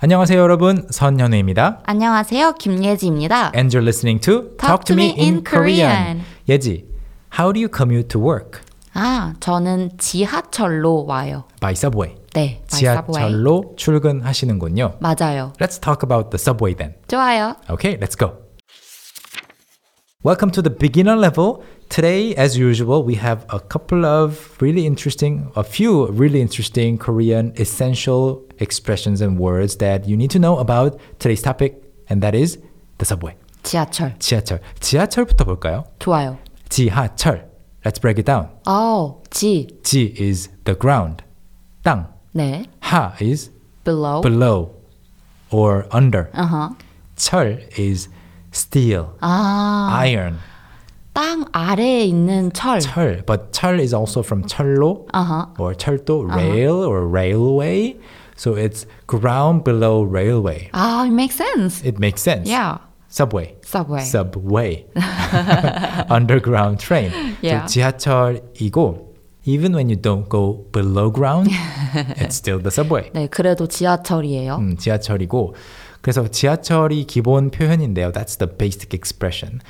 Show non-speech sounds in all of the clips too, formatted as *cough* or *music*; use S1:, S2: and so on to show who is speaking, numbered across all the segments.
S1: 안녕하세요, 여러분. 선현우입니다.
S2: 안녕하세요. 김예지입니다.
S1: And you're listening to
S2: Talk to me in Korean.
S1: 예지, how do you commute to work?
S2: 아, 저는 지하철로 와요.
S1: By subway.
S2: 네, by subway.
S1: 지하철로 출근하시는군요.
S2: 맞아요.
S1: Let's talk about the subway then.
S2: 좋아요.
S1: Okay, let's go. Welcome to the beginner level. Today, as usual, we have a couple of really interesting, a few really interesting Korean essential expressions and words that you need to know about today's topic, and that is the subway.
S2: 지하철.
S1: 지하철. 지하철부터 볼까요?
S2: 좋아요.
S1: 지하철. Let's break it down.
S2: 아오, 지.
S1: 지 is the ground. 땅.
S2: 네.
S1: 하 is
S2: below.
S1: below or under.
S2: 어허.
S1: 철 is steel,
S2: 아,
S1: iron.
S2: 땅 아래에 있는 철.
S1: 철, but 철 is also from 철로
S2: 어허.
S1: or 철도, rail or railway. So it's ground below railway.
S2: 아, it makes sense.
S1: It makes sense.
S2: Yeah.
S1: Subway.
S2: Subway.
S1: Subway. *laughs* Underground train.
S2: Yeah.
S1: So 지하철이고 even when you don't go below ground, it's still the subway.
S2: 네, 그래도 지하철이에요.
S1: 음, 지하철이고 그래서 지하철이 기본 표현인데요. That's the basic expression.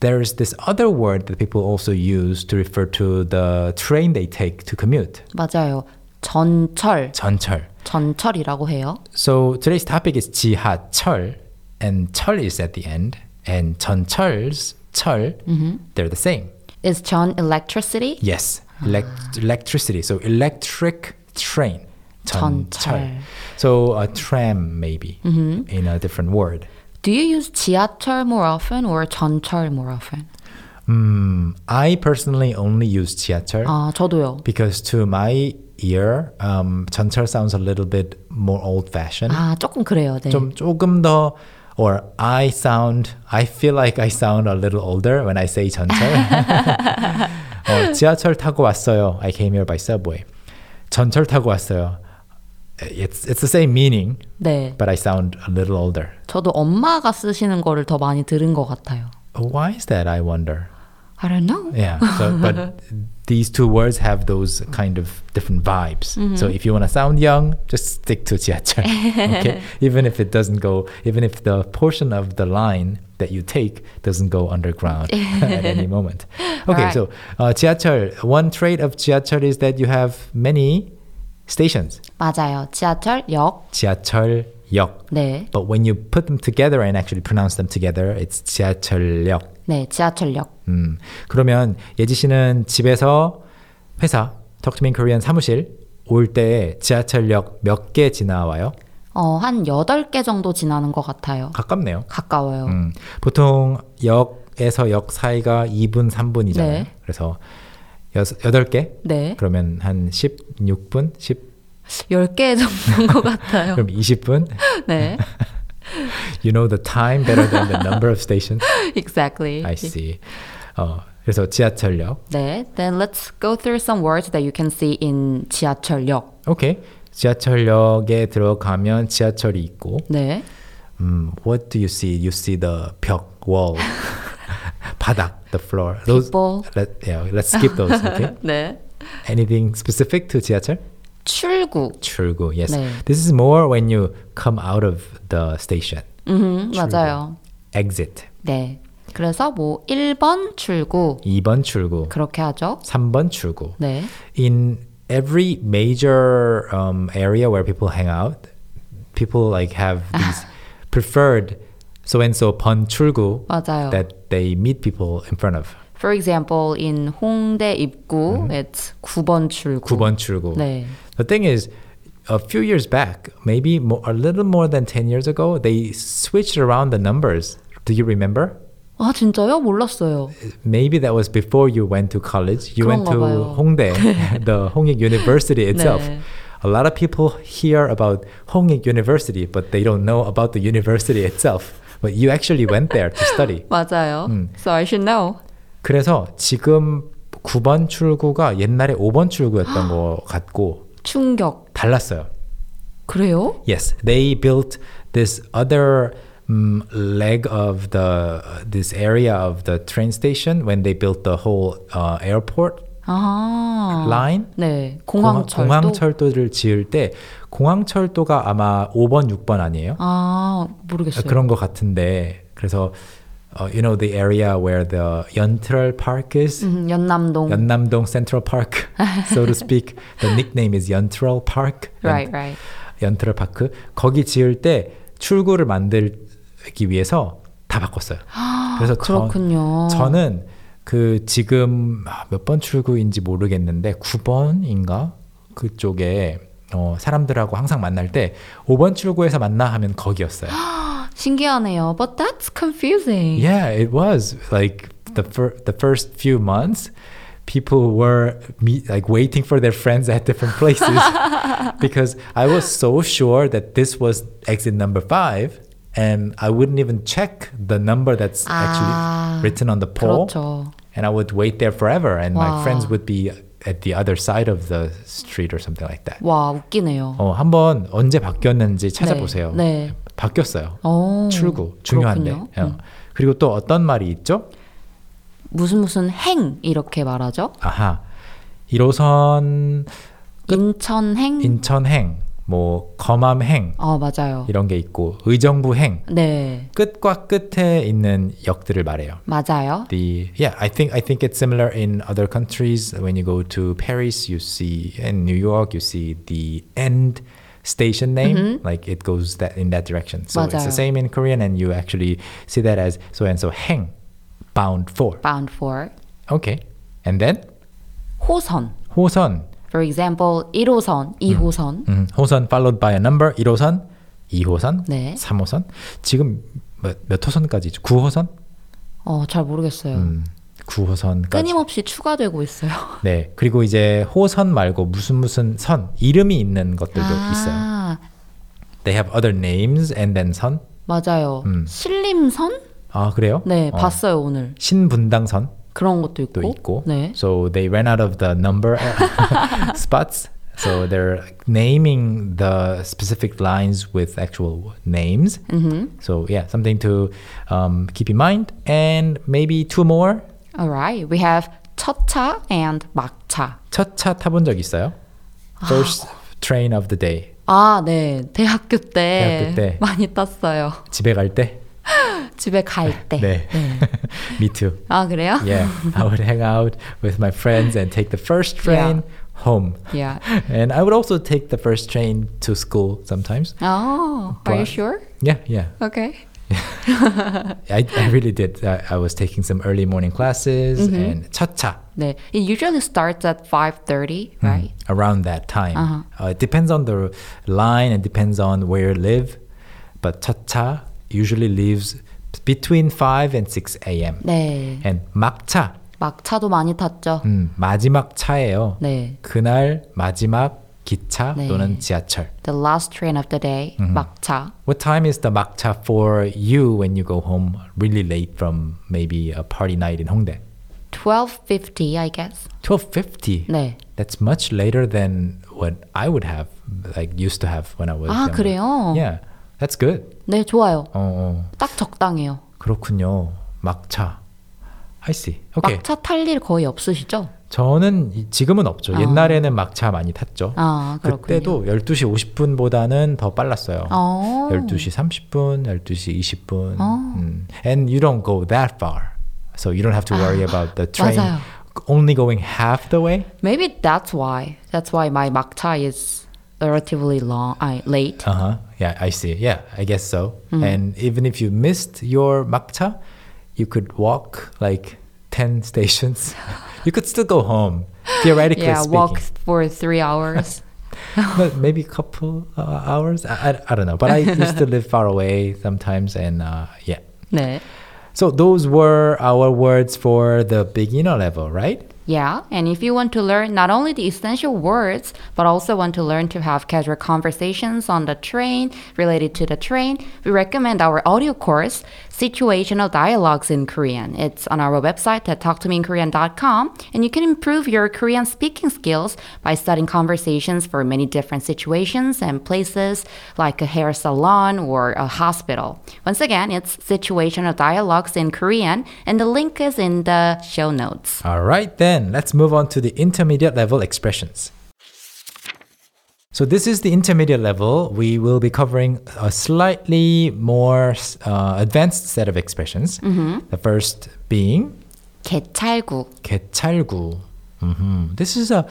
S1: There's this other word that people also use to refer to the train they take to commute.
S2: 맞아요. 전철.
S1: 전철.
S2: 전철이라고 해요.
S1: So today's topic is 지하철 and 철 is at the end and 전철's 철 they're the same.
S2: Is 전 electricity?
S1: Yes. Elect- electricity. So electric train.
S2: 전철.
S1: So a tram maybe in a different word.
S2: Do you use 지하철 more often or 전철 more often?
S1: Mm, I personally only use 지하철
S2: 아, 저도요.
S1: because to my ear, um, 전철 sounds a little bit more old-fashioned.
S2: 아, 조금 그래요. 네.
S1: 좀 조금 더 or I sound, I feel like I sound a little older when I say 전철. 어, 지하철 타고 왔어요. I came here by subway. 전철 타고 왔어요. It's it's the same meaning,
S2: 네.
S1: but I sound a little older.
S2: 저도 엄마가 쓰시는 거를 더 많이 들은 것 같아요. 네.
S1: Why is that? I wonder.
S2: I don't know.
S1: Yeah. So, but these two words have those kind of different vibes. So if you want to sound young, just stick to 지하철. Okay. even if it doesn't go, even if the portion of the line that you take doesn't go underground at any moment. Okay.
S2: Right.
S1: So uh, 지하철. One trait of 지하철 is that you have many stations.
S2: 맞아요. 지하철 역.
S1: 지하철역.
S2: 네.
S1: But when you put them together and actually pronounce them together, it's 지하철역.
S2: 네, 지하철역.
S1: 음, 그러면 예지 씨는 집에서 회사 덕투민 코리안 사무실 올 때 지하철역 몇 개 지나와요?
S2: 어, 한 8개 정도 지나는 것 같아요.
S1: 가깝네요.
S2: 가까워요.
S1: 음, 보통 역에서 역 사이가 2분, 3분이잖아요.
S2: 네.
S1: 그래서 여, 8개?
S2: 네.
S1: 그러면 한 16분? 10,
S2: 10개 정도인 것 같아요. *laughs*
S1: 그럼 20분?
S2: 네.
S1: You know the time better than the number of
S2: *laughs*
S1: stations.
S2: Exactly.
S1: I see. 어, 그래서 지하철역.
S2: 네. Then let's go through some words that you can see in 지하철역.
S1: 오케이. 지하철역에 들어가면 지하철이 있고
S2: 네.
S1: 음, Mm, what do you see? You see the 벽, wall, 바닥, the floor. Those,
S2: People.
S1: Let, yeah, let's skip those. Okay.
S2: 네.
S1: Anything specific to 지하철?
S2: 출구.
S1: 출구. Yes.
S2: 네.
S1: This is more when you come out of the station.
S2: 음, 맞아요.
S1: Exit.
S2: 네. 그래서 뭐 1번 출구
S1: 2번 출구.
S2: 그렇게 하죠.
S1: 3번 출구.
S2: 네.
S1: in every major um, area where people hang out, people like have these preferred so and so 번 출구
S2: 맞아요.
S1: that they meet people in front of.
S2: For example, in 홍대 입구, it's 9번 출구.
S1: 9번 음. 출구.
S2: 네.
S1: The thing is, a few years back, maybe mo a little more than 10 years ago, they switched around the numbers. Do you remember?
S2: 아 진짜요? 몰랐어요.
S1: 음. Maybe that was before you went to college. You went to
S2: 그런가 봐요. *laughs*
S1: Hongdae, the Hongik University itself.
S2: 네.
S1: A lot of people hear about Hongik University, but they don't know about the university itself. But you actually went there to study.
S2: 맞아요. So I should know.
S1: 그래서 지금 9번 출구가 옛날에 5번
S2: *gasps*
S1: 출구였던 것 같고
S2: 충격.
S1: 달랐어요.
S2: 그래요?
S1: Yes, they built this other um, leg of the this area of the train station when they built the whole uh, airport
S2: 아.
S1: line.
S2: 네.
S1: 공항-
S2: 공항철도.
S1: 공항철도를 지을 때 공항철도가 아마 5번, 6번 아니에요?
S2: 아
S1: 어,
S2: 모르겠어요.
S1: 그런 것 같은데 그래서 어, you know the area where the 연트럴 park is
S2: 음, 연남동.
S1: 연남동 Central Park, so to speak. The nickname is 연트럴 park. 연-
S2: Right, right.
S1: 연트럴 파크. 거기 지을 때 출구를 만들기 위해서 다 바꿨어요. 그래서
S2: 그렇군요.
S1: 저, 저는 그 지금 몇 번 출구인지 모르겠는데 9번인가 그쪽에 어, 사람들하고 항상 만날 때 5번 출구에서 만나 하면 거기였어요.
S2: 신기하네요. But that's confusing.
S1: Yeah, it was like the fir- the first few months, people were meet, like waiting for their friends at different
S2: *laughs*
S1: places because I was so sure that this was exit number five, and I wouldn't even check the number that's
S2: Ah,
S1: actually written on the pole,
S2: 그렇죠.
S1: and I would wait there forever, and
S2: Wow.
S1: my friends would be at the other side of the street or something like that.
S2: 와 웃기네요.
S1: 어, 한번 언제 바뀌었는지 찾아보세요.
S2: 네.
S1: 바뀌었어요.
S2: 오,
S1: 출구 중요한데.
S2: 음, 그렇군요.
S1: 어.
S2: 음.
S1: 그리고 또 어떤 말이 있죠?
S2: 무슨 무슨 행 이렇게 말하죠?
S1: 아하. 1호선
S2: 인천행.
S1: 인천행, 뭐 검암행
S2: 어 맞아요.
S1: 이런 게 있고 의정부행
S2: 네
S1: 끝과 끝에 있는 역들을 말해요.
S2: 맞아요.
S1: The yeah, I think I think it's similar in other countries. When you go to Paris, you see in New York, you see the end station name like it goes that in that direction. So it's
S2: Mm-hmm. 맞아요.
S1: the same in Korean, and you actually see that as so and so hang bound for.
S2: Bound for
S1: Okay, and then
S2: 호선.
S1: 호선
S2: For example, 1호선, 2호선.
S1: 음, 호선 followed by a number 1호선, 2호선,
S2: 네.
S1: 3호선. 지금 몇, 몇 호선까지 있죠? 9호선?
S2: 어, 잘 모르겠어요.
S1: 음, 9호선까지.
S2: 끊임없이 추가되고 있어요.
S1: 네. 그리고 이제 호선 말고 무슨 무슨 선 이름이 있는 것들도
S2: *laughs*
S1: 있어요.
S2: 아,
S1: They have other names and then 선.
S2: 맞아요.
S1: 음.
S2: 신림선?
S1: 아, 그래요?
S2: 네,
S1: 어,
S2: 봤어요, 오늘.
S1: 신분당선
S2: 그런 것도 있고.
S1: 도 있고.
S2: 네.
S1: So they ran out of the number spots. So they're naming the specific lines with actual names.
S2: 음.
S1: So yeah, something to um, keep in mind. And maybe two more.
S2: Alright, we have 첫차 and 막차.
S1: 첫 차 타본 적 있어요? First train of the day.
S2: 아, 네. 대학교 때,
S1: 대학교 때.
S2: *laughs* 많이 땄어요.
S1: 집에 갈 때.
S2: 집에 갈 때.
S1: 네. *laughs* 예. Me too.
S2: 아, 그래요?
S1: Yeah, I would hang out with my friends and take the first train home.
S2: Yeah.
S1: *laughs* And I would also take the first train to school sometimes.
S2: Oh, are you
S1: But-
S2: sure?
S1: Yeah, yeah.
S2: Okay.
S1: I, I really did. I, I was taking some early morning classes
S2: Mm-hmm.
S1: and 첫 차.
S2: 네. It usually starts at 5:30,
S1: 음.
S2: right?
S1: around that time.
S2: Uh-huh.
S1: Uh, it depends on the line and depends on where you live, but 차차 usually leaves between 5 and 6 a.m.
S2: 네.
S1: And 막차,
S2: 막차도 많이 탔죠.
S1: 음, 마지막 차예요.
S2: 네.
S1: 그날 마지막 기차
S2: 네.
S1: 또는 지하철.
S2: The last train of the day,
S1: 음.
S2: 막차.
S1: What time is the 막차 for you when you go home really late from maybe a party night in Hongdae?
S2: 12:50, I guess.
S1: 12:50.
S2: 네.
S1: That's much later than what I would have like used to have when I was
S2: 아,
S1: younger.
S2: 그래요?
S1: Yeah. That's good.
S2: 네, 좋아요.
S1: 어, 어
S2: 딱 적당해요.
S1: 그렇군요. 막차. I see. 오케이.
S2: 막차 탈 일 거의 없으시죠?
S1: 저는 이- 지금은 없죠. 옛날에는 막차 많이 탔죠.
S2: 아, 그렇군요.
S1: 그때도 12시 50분보다는 더 빨랐어요.
S2: 어.
S1: 12시 30분, 12시 20분.
S2: 어.
S1: 음. And you don't go that far. So you don't have to worry about the train
S2: 맞아요.
S1: only going half the way.
S2: Maybe that's why. That's why my 막차 is relatively long, I late.
S1: Uh huh. Yeah, I see. Yeah, I guess so.
S2: Mm-hmm.
S1: And even if you missed your makta, you could walk like 10 *laughs* stations. you could still go home, theoretically
S2: yeah,
S1: 그 speaking.
S2: walk for
S1: *laughs*
S2: 3 hours.
S1: But maybe a couple uh, hours. I, I, I don't know.
S2: *laughs*
S1: But I used to live far away sometimes. And uh, yeah.
S2: 네.
S1: So those were our words for the beginner level, right?
S2: Yeah, and if you want to learn not only the essential words, but also want to learn to have casual conversations on the train, related to the train, we recommend our audio course, Situational Dialogues in Korean. It's on our website at talktomeinkorean.com, and you can improve your Korean speaking skills by studying conversations for many different situations and places like a hair salon or a hospital. Once again, it's Situational Dialogues in Korean, and the link is in the show notes.
S1: All right, then let's move on to the intermediate level expressions. So this is the intermediate level. We will be covering a slightly more uh, advanced set of expressions. The first being
S2: 개찰구.
S1: 개찰구. Mhm. This is a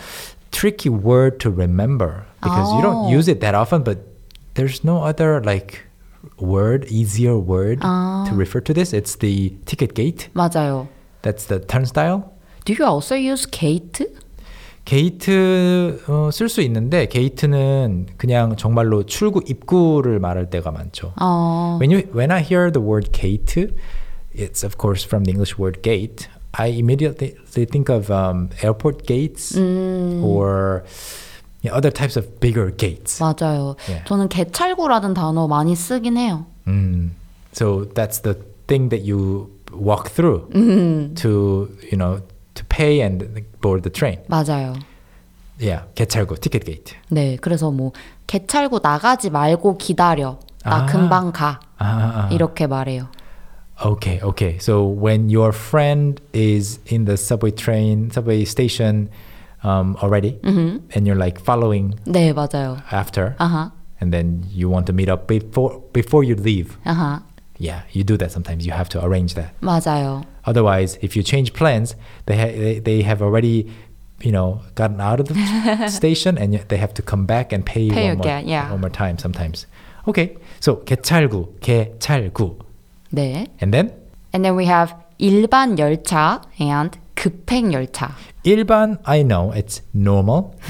S1: tricky word to remember because you don't
S2: Oh.
S1: use it that often, but there's no other like word, easier word to refer to this. It's the ticket gate.
S2: 맞아요.
S1: That's the turnstile.
S2: Do you also use gate?
S1: 게이트 어, 쓸 수 있는데 게이트는 그냥 정말로 출구 입구를 말할 때가 많죠.
S2: 어,
S1: When you when I hear the word gate, it's of course from the English word gate. I immediately think of um, airport gates or you know, other types of bigger gates.
S2: 맞아요.
S1: 예.
S2: 저는 개찰구라는 단어 많이 쓰긴 해요.
S1: Mm. So that's the thing that you walk through to you know to pay and board the train.
S2: 맞아요.
S1: Yeah, 개찰구 ticket gate.
S2: 네, 그래서 뭐 개찰구 나가지 말고 기다려. 나
S1: 아.
S2: 금방 가.
S1: Ah,
S2: 이렇게 말해요.
S1: okay, okay. So when your friend is in the subway train, subway station um, already,
S2: Mm-hmm.
S1: and you're like following
S2: 네, 맞아요.
S1: after
S2: 아하,
S1: and then you want to meet up before before you leave
S2: 아하,
S1: yeah you do that sometimes you have to arrange that
S2: 맞아요.
S1: otherwise if you change plans they ha- they, they have already you know gotten out of the
S2: *laughs*
S1: station and yet they have to come back and pay, you
S2: Pay
S1: one more
S2: again, yeah.
S1: one more time sometimes okay so 개찰구 개찰구
S2: 네.
S1: and then
S2: And then we have 일반 열차 and 급행 열차.
S1: 일반 I know it's normal
S2: *laughs*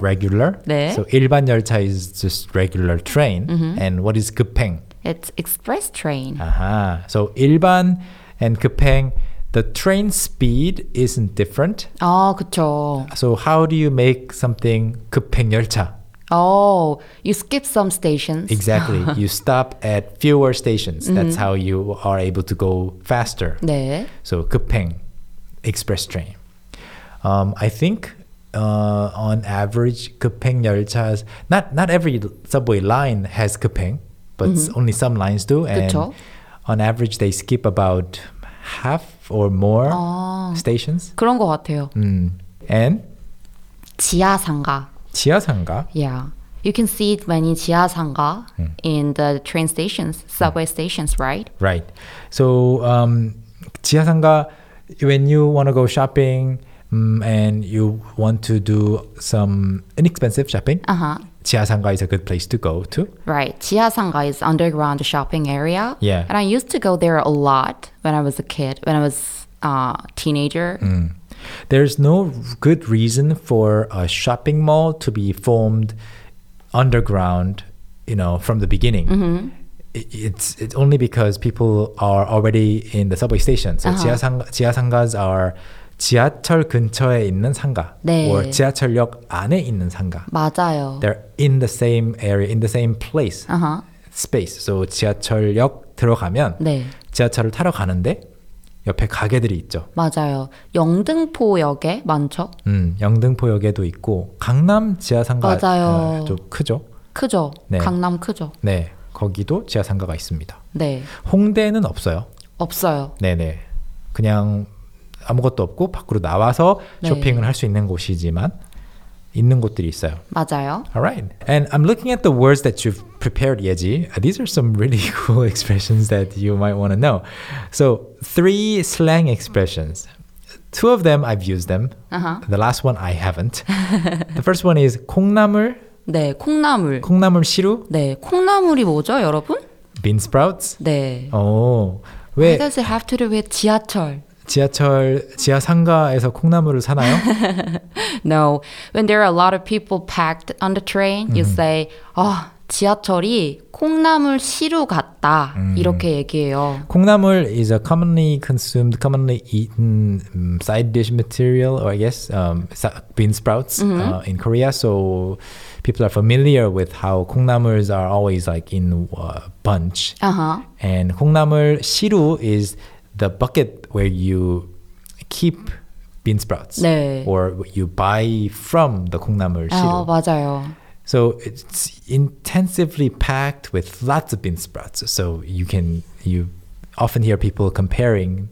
S1: re- regular
S2: 네.
S1: so 일반 열차 is just regular train and what is 급행
S2: It's express train.
S1: Aha. So 일반 and 급행, the train speed isn't different.
S2: 아, 그쵸.
S1: So how do you make something 급행 열차?
S2: Oh, you skip some stations. *laughs*
S1: Exactly. you stop at fewer stations. That's how you are able to go faster.
S2: 네.
S1: So 급행, express train. Um, I think uh, on average, 급행 열차's not not every subway line has 급행, but s- only some lines do, and
S2: 그쵸.
S1: on average they skip about half or more stations.
S2: 그런 것 같아요.
S1: Mm. And
S2: 지하상가.
S1: 지하상가.
S2: Yeah. You can see it many 지하상가
S1: 음.
S2: in the train stations, subway stations, right?
S1: Right. So, um, 지하상가, when you want to go shopping um, and you want to do some inexpensive shopping,
S2: Uh-huh.
S1: 지하상가 is a good place to go to.
S2: Right. 지하상가 is underground shopping area.
S1: Yeah.
S2: And I used to go there a lot when I was a kid, when I was a uh, teenager.
S1: 음. There's no good reason for a shopping mall to be formed underground, you know, from the beginning.
S2: Mm-hmm.
S1: I- It's it's only because people are already in the subway station.
S2: Uh-huh.
S1: So 지하상 지하상가's are 지하철 근처에 있는 상가,
S2: 네.
S1: or 지하철역 안에 있는 상가.
S2: 맞아요.
S1: They're in the same area, in the same place,
S2: Uh-huh.
S1: space. So 지하철역 들어가면
S2: 네.
S1: 지하철을 타러 가는데 옆에 가게들이 있죠.
S2: 맞아요. 영등포역에 많죠?
S1: 음, 영등포역에도 있고 강남 지하상가
S2: 맞아요.
S1: 어, 좀 크죠.
S2: 크죠?
S1: 네.
S2: 강남 크죠?
S1: 네, 거기도 지하상가가 있습니다.
S2: 네.
S1: 홍대는 없어요.
S2: 없어요.
S1: 네네, 그냥 아무것도 없고 밖으로 나와서
S2: 네.
S1: 쇼핑을 할 수 있는 곳이지만 있는 곳들이 있어요.
S2: 맞아요.
S1: Alright, and I'm looking at the words that you've prepared, Yeji. These are some really *laughs* cool expressions that you might want to know. So three slang expressions. Two of them I've used them.
S2: Uh-huh.
S1: The last one I haven't. the first one is 콩나물
S2: 네, 콩나물.
S1: 콩나물 시루,
S2: 네, 콩나물이 뭐죠, 여러분?
S1: bean sprouts.
S2: 네.
S1: 어,
S2: Why
S1: 왜
S2: does it have to do with 지하철?
S1: 지하철 지하 상가에서 콩나물을 사나요?
S2: No. When there are a lot of people packed on the train,
S1: 음.
S2: you say, 아, 지하철이 콩나물 시루 같다.
S1: 음.
S2: 이렇게 얘기해요.
S1: 콩나물 is a commonly consumed, commonly eaten um, side dish material, or I guess um, sa- bean sprouts
S2: Mm-hmm.
S1: uh, in Korea. So people are familiar with how 콩나물's are always like in a bunch.
S2: Uh-huh.
S1: And 콩나물 시루 is the bucket where you keep bean sprouts,
S2: 네.
S1: or you buy from the 콩나물
S2: 아,
S1: 시루.
S2: 맞아요.
S1: So it's intensively packed with lots of bean sprouts. So you can you often hear people comparing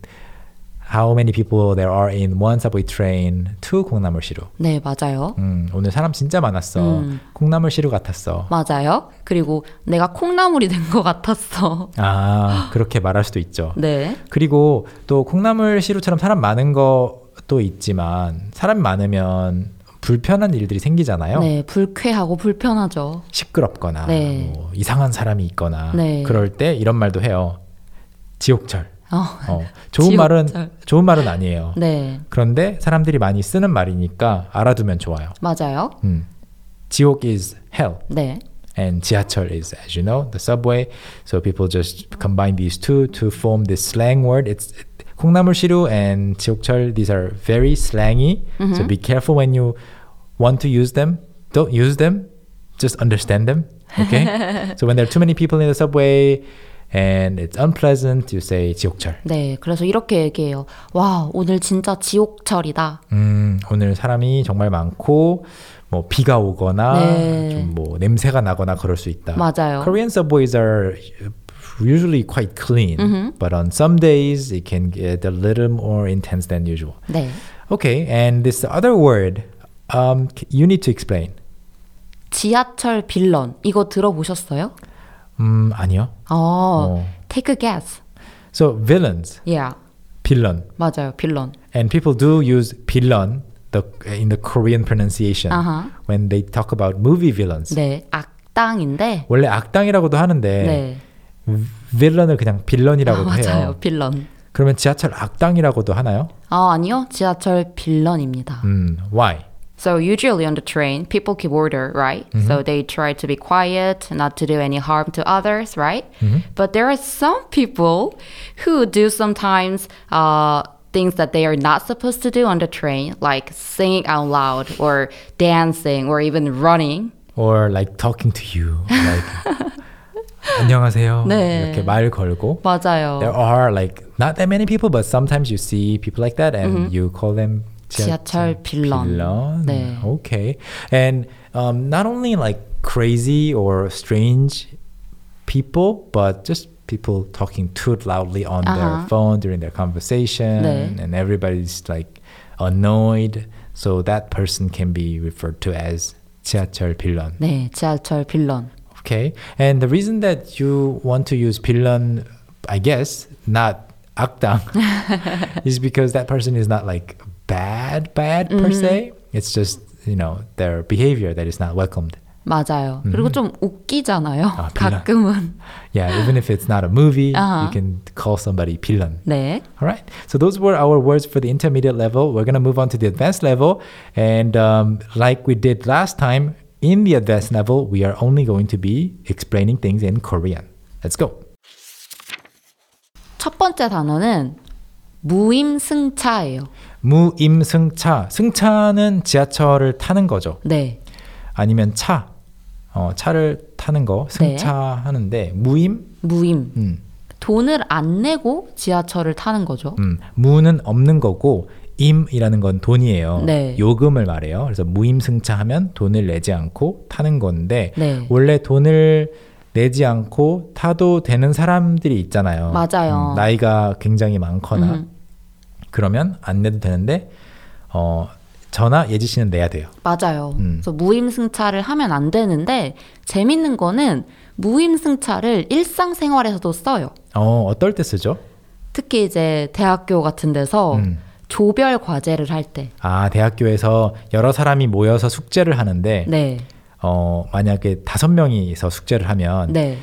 S1: how many people there are in one subway train to 콩나물시루.
S2: 네, 맞아요.
S1: 음, 오늘 사람 진짜 많았어. 콩나물시루 같았어.
S2: 맞아요. 그리고 내가 콩나물이 된 것 같았어.
S1: 아, 그렇게 말할 수도 있죠.
S2: 네.
S1: 그리고 또 콩나물시루처럼 사람 많은 것도 있지만 사람 많으면 불편한 일들이 생기잖아요.
S2: 네, 불쾌하고 불편하죠.
S1: 시끄럽거나
S2: 네.
S1: 뭐 이상한 사람이 있거나
S2: 네.
S1: 그럴 때 이런 말도 해요. 지옥철.
S2: 어, *laughs*
S1: 어, 좋은
S2: 지옥철.
S1: 말은 좋은 말은 아니에요.
S2: 네,
S1: 그런데 사람들이 많이 쓰는 말이니까 알아두면 좋아요.
S2: 맞아요.
S1: 음. 지옥 is hell
S2: 네,
S1: and 지하철 is as you know the subway. So people just combine these two to form this slang word. It's 콩나물시루 and 지옥철 these are very slangy. So be careful when you want to use them. Don't use them. Just understand them. Okay? so when there are too many people in the subway and it's unpleasant, you say 지옥철.
S2: 네. 그래서 이렇게 얘기해요. 와, 오늘 진짜 지옥철이다.
S1: 음, 오늘 사람이 정말 많고 뭐 비가 오거나
S2: 네.
S1: 좀 뭐 냄새가 나거나 그럴 수 있다.
S2: 맞아요.
S1: Korean subways are usually quite clean, but on some days it can get a little more intense than usual.
S2: 네,
S1: Okay, and this other word, um, you need to explain.
S2: 지하철 빌런 이거 들어보셨어요?
S1: 음, 아니요.
S2: 어,
S1: 어.
S2: take a guess.
S1: So villains,
S2: Yeah,
S1: 빌런,
S2: 맞아요, 빌런.
S1: and people do use 빌런 the in the Korean pronunciation
S2: Uh-huh.
S1: when they talk about movie villains.
S2: 네, 악당인데.
S1: 원래 악당이라고도 하는데
S2: 네,
S1: 빌런을 그냥 빌런이라고도
S2: 맞아요,
S1: 해요.
S2: 빌런.
S1: 그러면 지하철 악당이라고도 하나요?
S2: 아, 아니요, 지하철 빌런입니다.
S1: 음, why?
S2: So usually on the train, people keep order, right? So they try to be quiet, not to do any harm to others, right? But there are some people who do sometimes uh, things that they are not supposed to do on the train, like singing out loud or dancing or even running.
S1: Or like talking to you. Like
S2: *laughs*
S1: 안녕하세요.
S2: 네.
S1: 이렇게 말 걸고.
S2: 맞아요.
S1: There are like not that many people, but sometimes you see people like that, and you call them
S2: 지하철 빌런.
S1: 빌런.
S2: Mm-hmm. 네.
S1: Okay, and um, not only like crazy or strange people, but just people talking too loudly on their
S2: Uh-huh.
S1: phone during their conversation,
S2: 네.
S1: and everybody's like annoyed. So that person can be referred to as 지하철 빌런.
S2: 네, 지하철 빌런.
S1: Okay. And the reason that you want to use 빌런, I guess, not 악당, is because that person is not like bad, bad per se. It's just, you know, their behavior that is not welcomed.
S2: 맞아요. 그리고 좀 웃기잖아요.
S1: 음. 아, 빌런.
S2: 가끔은.
S1: Yeah, even if it's not a movie,
S2: Uh-huh.
S1: you can call somebody 빌런.
S2: 네.
S1: All right. So those were our words for the intermediate level. We're going to move on to the advanced level. And um, like we did last time, in the advanced level, we are only going to be explaining things in Korean. Let's go.
S2: 첫 번째 단어는 무임승차예요.
S1: 무임승차. 승차는 지하철을 타는 거죠.
S2: 네.
S1: 아니면 차. 어, 차를 타는 거
S2: 네.
S1: 승차하는데 무임
S2: 무임.
S1: 음.
S2: 돈을 안 내고 지하철을 타는 거죠.
S1: 음, 무는 없는 거고 임이라는 건 돈이에요.
S2: 네.
S1: 요금을 말해요. 그래서 무임승차하면 돈을 내지 않고 타는 건데
S2: 네.
S1: 원래 돈을 내지 않고 타도 되는 사람들이 있잖아요. 음,
S2: 맞아요. 음.
S1: 나이가 굉장히 많거나 그러면 안 내도 되는데 어, 저나 예지 씨는 내야 돼요.
S2: 맞아요.
S1: 음.
S2: 그래서 무임승차를 하면 안 되는데 재밌는 거는 무임승차를 일상생활에서도 써요.
S1: 어, 어떨 때 쓰죠?
S2: 특히 이제 대학교 같은 데서
S1: 음.
S2: 조별 과제를 할 때.
S1: 아, 대학교에서 여러 사람이 모여서 숙제를 하는데
S2: 네.
S1: 어, 만약에 다섯 명이서 숙제를 하면
S2: 네.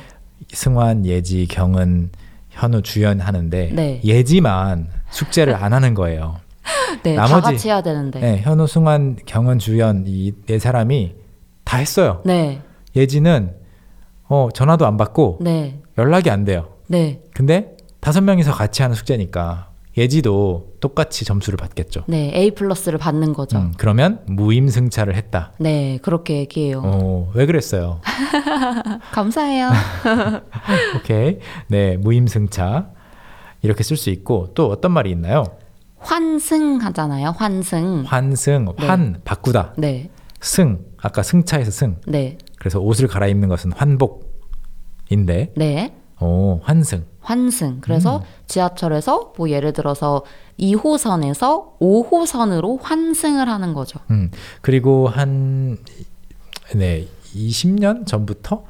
S1: 승환, 예지, 경은, 현우 주연하는데
S2: 네.
S1: 예지만
S2: *laughs*
S1: 숙제를 안 하는 거예요.
S2: 네. 다
S1: 아, 나머지-
S2: 같이 해야 되는데. 네.
S1: 네, 현우, 승환, 경은, 주연 이 네 사람이 다 했어요.
S2: 네.
S1: 예지는 어, 전화도 안 받고
S2: 네.
S1: 연락이 안 돼요. 근데 다섯 명이서 같이 하는 숙제니까 예지도 똑같이 점수를 받겠죠.
S2: 네. A 플러스를 받는 거죠.
S1: 음, 그러면 무임승차를 했다.
S2: 네. 그렇게 얘기해요.
S1: 어, 왜 그랬어요? *laughs*
S2: 감사해요.
S1: 오케이. 네, 무임승차. 이렇게 쓸 수 있고 또 어떤 말이 있나요?
S2: 환승하잖아요. 환승.
S1: 환승, 환 바꾸다.
S2: 네.
S1: 승. 아까 승차에서 승.
S2: 네.
S1: 그래서 옷을 갈아입는 것은 환복인데.
S2: 네.
S1: 오, 환승.
S2: 환승. 그래서
S1: 음.
S2: 지하철에서 뭐 예를 들어서 2호선에서 5호선으로 환승을 하는 거죠.
S1: 음, 그리고 한 네, 20년 전부터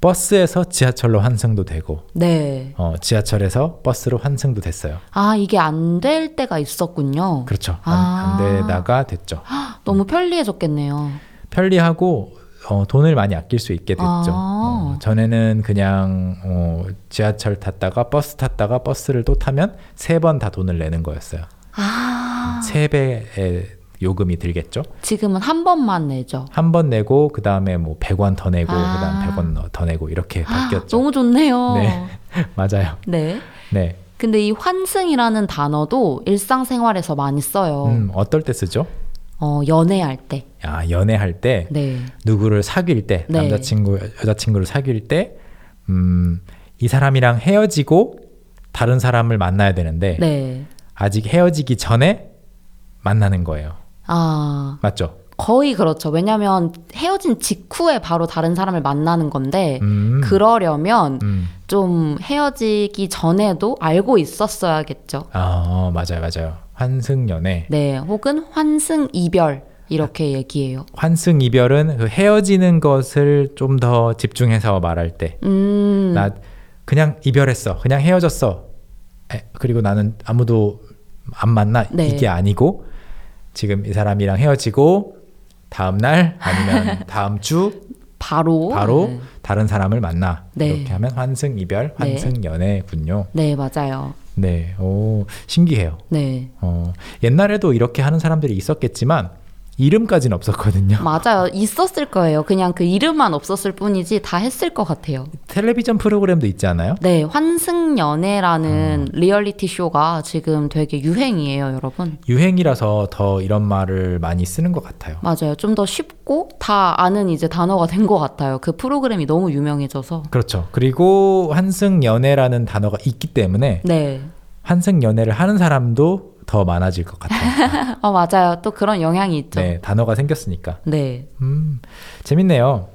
S1: 버스에서 지하철로 환승도 되고
S2: 네.
S1: 어, 지하철에서 버스로 환승도 됐어요.
S2: 아, 이게 안 될 때가 있었군요.
S1: 그렇죠. 음. 안,
S2: 아.
S1: 안 되다가 됐죠.
S2: 너무 편리해졌겠네요.
S1: 편리하고 어, 돈을 많이 아낄 수 있게 됐죠.
S2: 아.
S1: 어, 전에는 그냥 어, 지하철 탔다가 버스 탔다가 버스를 또 타면 세 번 다 돈을 내는 거였어요.
S2: 아,
S1: 세 배의 요금이 들겠죠.
S2: 지금은 한 번만 내죠.
S1: 한 번 내고 그 다음에 뭐 100원 더 내고
S2: 아.
S1: 그 다음 100원 더 내고 이렇게
S2: 아,
S1: 바뀌었죠.
S2: 너무 좋네요.
S1: 네. *laughs* 맞아요.
S2: 네.
S1: 네.
S2: 근데 이 환승이라는 단어도 일상생활에서 많이 써요.
S1: 음, 어떨 때 쓰죠?
S2: 어, 연애할 때.
S1: 아, 연애할 때
S2: 네.
S1: 누구를 사귈 때
S2: 네.
S1: 남자친구 여- 여자친구를 사귈 때 음, 이 사람이랑 헤어지고 다른 사람을 만나야 되는데
S2: 네.
S1: 아직 헤어지기 전에 만나는 거예요.
S2: 아,
S1: 맞죠?
S2: 거의 그렇죠. 왜냐면 헤어진 직후에 바로 다른 사람을 만나는 건데,
S1: 음.
S2: 그러려면
S1: 음.
S2: 좀 헤어지기 전에도 알고 있었어야겠죠.
S1: 아, 맞아요. 맞아요. 환승 연애.
S2: 네. 혹은 환승 이별. 이렇게 얘기해요.
S1: 환승 이별은 그 헤어지는 것을 좀 더 집중해서 말할 때
S2: 음.
S1: 나 그냥 이별했어. 그냥 헤어졌어. 에, 그리고 나는 아무도 안 만나
S2: 네.
S1: 이게 아니고 지금 이 사람이랑 헤어지고 다음 날
S2: *laughs*
S1: 아니면 다음 주
S2: 바로.
S1: 바로
S2: 네.
S1: 다른 사람을 만나
S2: 네.
S1: 이렇게 하면 환승 이별,
S2: 네.
S1: 환승 연애군요.
S2: 네, 맞아요.
S1: 네, 오 신기해요.
S2: 네.
S1: *laughs* 어, 옛날에도 이렇게 하는 사람들이 있었겠지만 이름까지는 없었거든요. *laughs*
S2: 맞아요. 있었을 거예요. 그냥 그 이름만 없었을 뿐이지 다 했을 것 같아요.
S1: 텔레비전 프로그램도 있지 않아요?
S2: 네, 환승연애라는 리얼리티 쇼가 지금 되게 유행이에요, 여러분.
S1: 유행이라서 더 이런 말을 많이 쓰는 것 같아요.
S2: 맞아요. 좀 더 쉽고 다 아는 이제 단어가 된 것 같아요. 그 프로그램이 너무 유명해져서.
S1: 그렇죠. 그리고 환승 연애라는 단어가 있기 때문에
S2: 네. *laughs*
S1: 환승 연애를 하는 사람도 더 많아질 것 같아요.
S2: 어, 맞아요. 또 그런 영향이 있죠. 네.
S1: 네, 단어가 생겼으니까. 음, 재밌네요.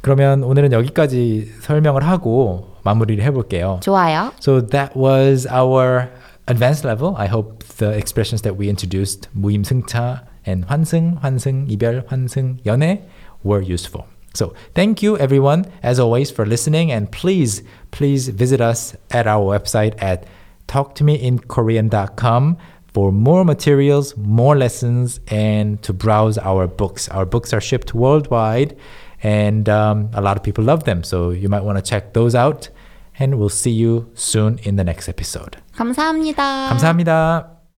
S1: 그러면 오늘은 여기까지 설명을 하고 마무리를 해볼게요.
S2: 좋아요.
S1: So that was our advanced level. I hope the expressions that we introduced, 무임승차 and 환승, 환승, 이별, 환승, 연애, were useful. So thank you everyone as always for listening and please, please visit us at our website at talktomeinkorean.com for more materials, more lessons, and to browse our books. Our books are shipped worldwide and um, a lot of people love them. So you might want to check those out and we'll see you soon in the next episode.
S2: 감사합니다.
S1: 감사합니다.